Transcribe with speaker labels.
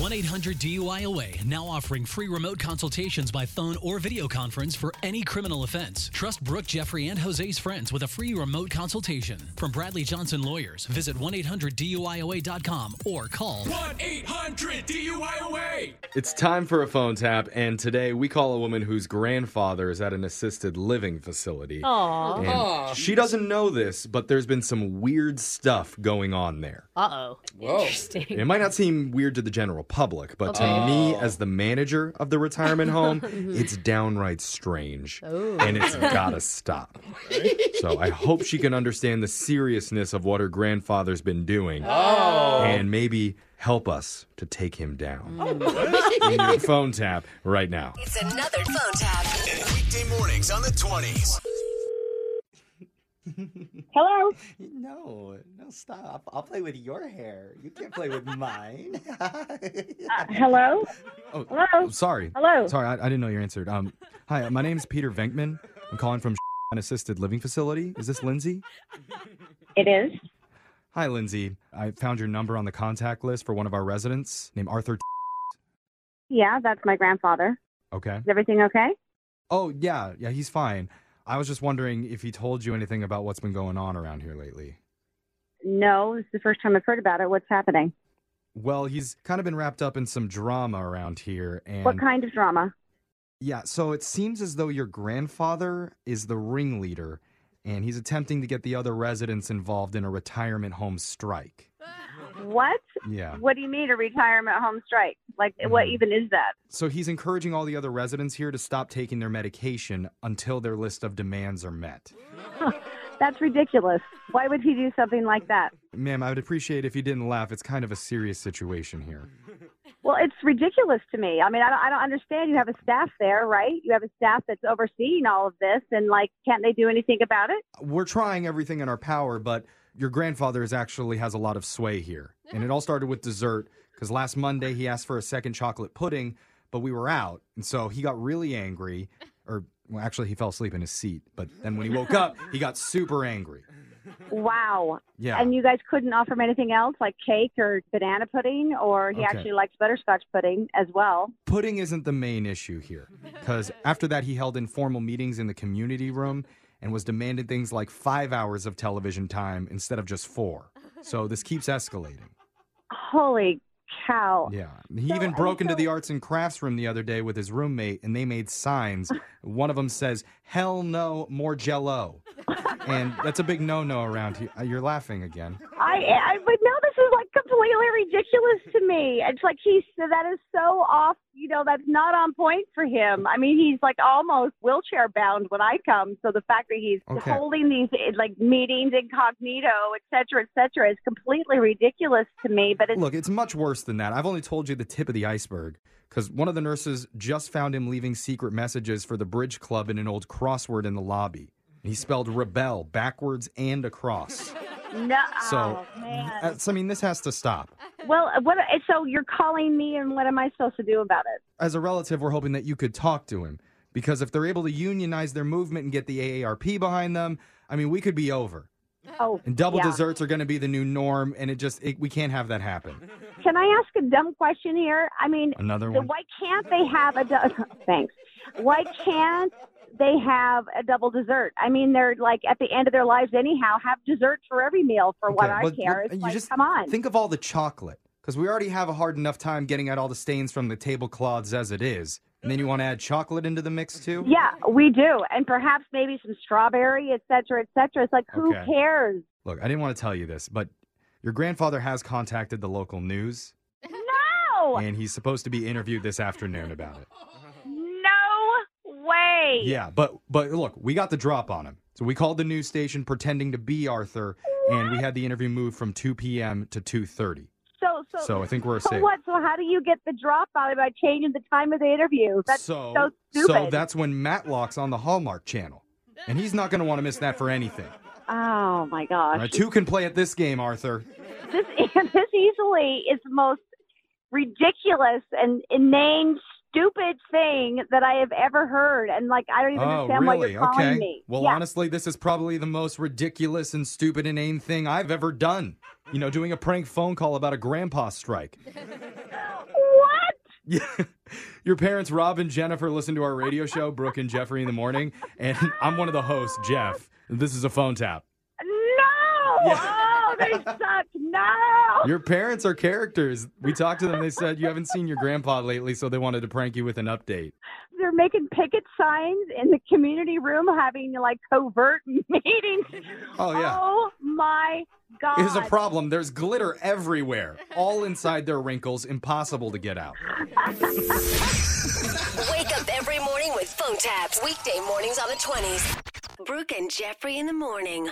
Speaker 1: 1 800 DUIOA now offering free remote consultations by phone or video conference for any criminal offense. Trust Brooke, Jeffrey, and Jose's friends with a free remote consultation. From Bradley Johnson Lawyers, visit 1 800 DUIOA.com or call
Speaker 2: 1 800 DUIOA!
Speaker 3: It's time for a phone tap, and today we call a woman whose grandfather is at an assisted living facility.
Speaker 4: Aw.
Speaker 3: And she doesn't know this, but there's been some weird stuff going on there.
Speaker 4: Uh oh.
Speaker 5: Whoa.
Speaker 4: Interesting.
Speaker 3: It might not seem weird to the general public, but to
Speaker 4: Okay. Mm-hmm.
Speaker 3: me, as the manager of the retirement home, it's downright strange.
Speaker 4: Oh.
Speaker 3: And it's gotta stop. So I hope she can understand the seriousness of what her grandfather's been doing
Speaker 5: Oh.
Speaker 3: and maybe help us to take him down.
Speaker 4: Mm.
Speaker 3: In your phone tap right now.
Speaker 6: It's another phone tap.
Speaker 7: Weekday mornings on the 20s.
Speaker 8: Hello.
Speaker 9: No, no, stop. I'll play with your hair. You can't play with mine.
Speaker 8: Uh, Hello.
Speaker 3: Oh,
Speaker 8: Hello.
Speaker 3: I'm sorry.
Speaker 8: Hello.
Speaker 3: Sorry, I, I didn't know you answered. Um, hi, my name's Peter Venkman. I'm calling from an assisted living facility. Is this Lindsay?
Speaker 8: It is.
Speaker 3: Hi, Lindsay. I found your number on the contact list for one of our residents named Arthur.
Speaker 8: Yeah, that's my grandfather.
Speaker 3: Okay.
Speaker 8: Is everything okay?
Speaker 3: Oh, yeah. Yeah, he's fine. I was just wondering if he told you anything about what's been going on around here lately.
Speaker 8: No, this is the first time I've heard about it. What's happening?
Speaker 3: Well, he's kind of been wrapped up in some drama around here. And
Speaker 8: What kind of drama?
Speaker 3: Yeah, so it seems as though your grandfather is the ringleader, and he's attempting to get the other residents involved in a retirement home strike.
Speaker 8: What?
Speaker 3: Yeah.
Speaker 8: What do you mean a retirement home strike? Like, what
Speaker 3: Mhm.
Speaker 8: even is that?
Speaker 3: So he's encouraging all the other residents here to stop taking their medication until their list of demands are met.
Speaker 8: That's ridiculous. Why would he do something like that?
Speaker 3: Ma'am, I would appreciate if you didn't laugh. It's kind of a serious situation here.
Speaker 8: Well, it's ridiculous to me. I mean, I don't, I don't understand. You have a staff there, right? You have a staff that's overseeing all of this, and like, can't they do anything about it?
Speaker 3: We're trying everything in our power, but your grandfather is actually has a lot of sway here. And it all started with dessert because last Monday he asked for a second chocolate pudding, but we were out. And so he got really angry, or well, actually, he fell asleep in his seat. But then when he woke up, he got super angry.
Speaker 8: Wow.
Speaker 3: Yeah.
Speaker 8: And you guys couldn't offer him anything else, like cake or banana pudding, or he
Speaker 3: Okay.
Speaker 8: actually likes butterscotch pudding as well.
Speaker 3: pudding isn't the main issue here because after that he held informal meetings in the community room and was demanding things like five hours of television time instead of just four so this keeps escalating
Speaker 8: Holy cow.
Speaker 3: yeah he even broke into the arts and crafts room the other day with his roommate and they made signs one of them says hell no more jello and that's a big no-no around here Uh, you're laughing again
Speaker 8: I, I, but no, this is like completely ridiculous to me. It's like he's, that is so off, you know, that's not on point for him. I mean, he's like almost wheelchair bound when I come. So the fact that he's
Speaker 3: Okay.
Speaker 8: holding these eh, like meetings incognito, et cetera, et cetera, is completely ridiculous to me. But it's,
Speaker 3: Look, it's much worse than that. I've only told you the tip of the iceberg because one of the nurses just found him leaving secret messages for the bridge club in an old crossword in the lobby. He spelled rebel backwards and across.
Speaker 8: no,
Speaker 3: So,
Speaker 8: oh, man.
Speaker 3: that's- I mean, this has to stop.
Speaker 8: Well, uh, what? So you're calling me, and what am I supposed to do about it?
Speaker 3: As a relative, we're hoping that you could talk to him because if they're able to unionize their movement and get the AARP behind them, I mean, we could be over.
Speaker 8: Oh,
Speaker 3: And double
Speaker 8: yeah.
Speaker 3: desserts are going to be the new norm, and it just, it, we can't have that happen.
Speaker 8: Can I ask a dumb question here? I mean,
Speaker 3: Another
Speaker 8: the-
Speaker 3: one?
Speaker 8: why can't they have a du- thanks? Why can't they have a double dessert? I mean, they're like at the end of their lives anyhow. Have dessert for every meal, for what
Speaker 3: Okay,
Speaker 8: I
Speaker 3: but-
Speaker 8: care.
Speaker 3: but
Speaker 8: It's
Speaker 3: you
Speaker 8: like,
Speaker 3: just
Speaker 8: come on.
Speaker 3: Think of all the chocolate, because we already have a hard enough time getting out all the stains from the tablecloths as it is. And then you want to add chocolate into the mix too?
Speaker 8: yeah, we do, and perhaps maybe some strawberry, et cetera, et cetera. It's like, who
Speaker 3: Okay.
Speaker 8: cares?
Speaker 3: Look, I didn't want to tell you this, but your grandfather has contacted the local news,
Speaker 8: No,
Speaker 3: and he's supposed to be interviewed this afternoon about it.
Speaker 8: no way.
Speaker 3: Yeah, but but look, we got the drop on him. So we called the news station pretending to be Arthur, and we had the interview moved from 2 p.m. to 2:30.
Speaker 8: So, so,
Speaker 3: So I think we're
Speaker 8: So
Speaker 3: safe.
Speaker 8: what? So how do you get the drop out by changing the time of the interview? That's
Speaker 3: so,
Speaker 8: so
Speaker 3: so
Speaker 8: stupid.
Speaker 3: that's when Matlock's on the Hallmark Channel, and he's not going to want to miss that for anything.
Speaker 8: oh my gosh.
Speaker 3: All right, two can play at this game, Arthur.
Speaker 8: This this easily is the most ridiculous and inane, stupid thing that I have ever heard. And like I don't even
Speaker 3: Oh,
Speaker 8: understand why
Speaker 3: really?
Speaker 8: you're calling
Speaker 3: okay.
Speaker 8: me.
Speaker 3: Well,
Speaker 8: yeah.
Speaker 3: honestly, this is probably the most ridiculous and stupid inane thing I've ever done. You know, doing a prank phone call about a grandpa strike. Yeah. Your parents, Rob and Jennifer, listen to our radio show, Brooke and Jeffrey in the morning. And I'm one of the hosts, Jeff. This is a phone tap.
Speaker 8: No! Oh, they suck. No!
Speaker 3: Your parents are characters. We talked to them. They said you haven't seen your grandpa lately, so they wanted to prank you with an update.
Speaker 8: They're making picket signs in the community room, having like covert meetings.
Speaker 3: Oh, yeah.
Speaker 8: Oh my God.
Speaker 3: Here's a problem. There's glitter everywhere, all inside their wrinkles, impossible to get out.
Speaker 4: Wake up every morning with phone taps. Weekday mornings on the 20s. Brooke and Jeffrey in the morning.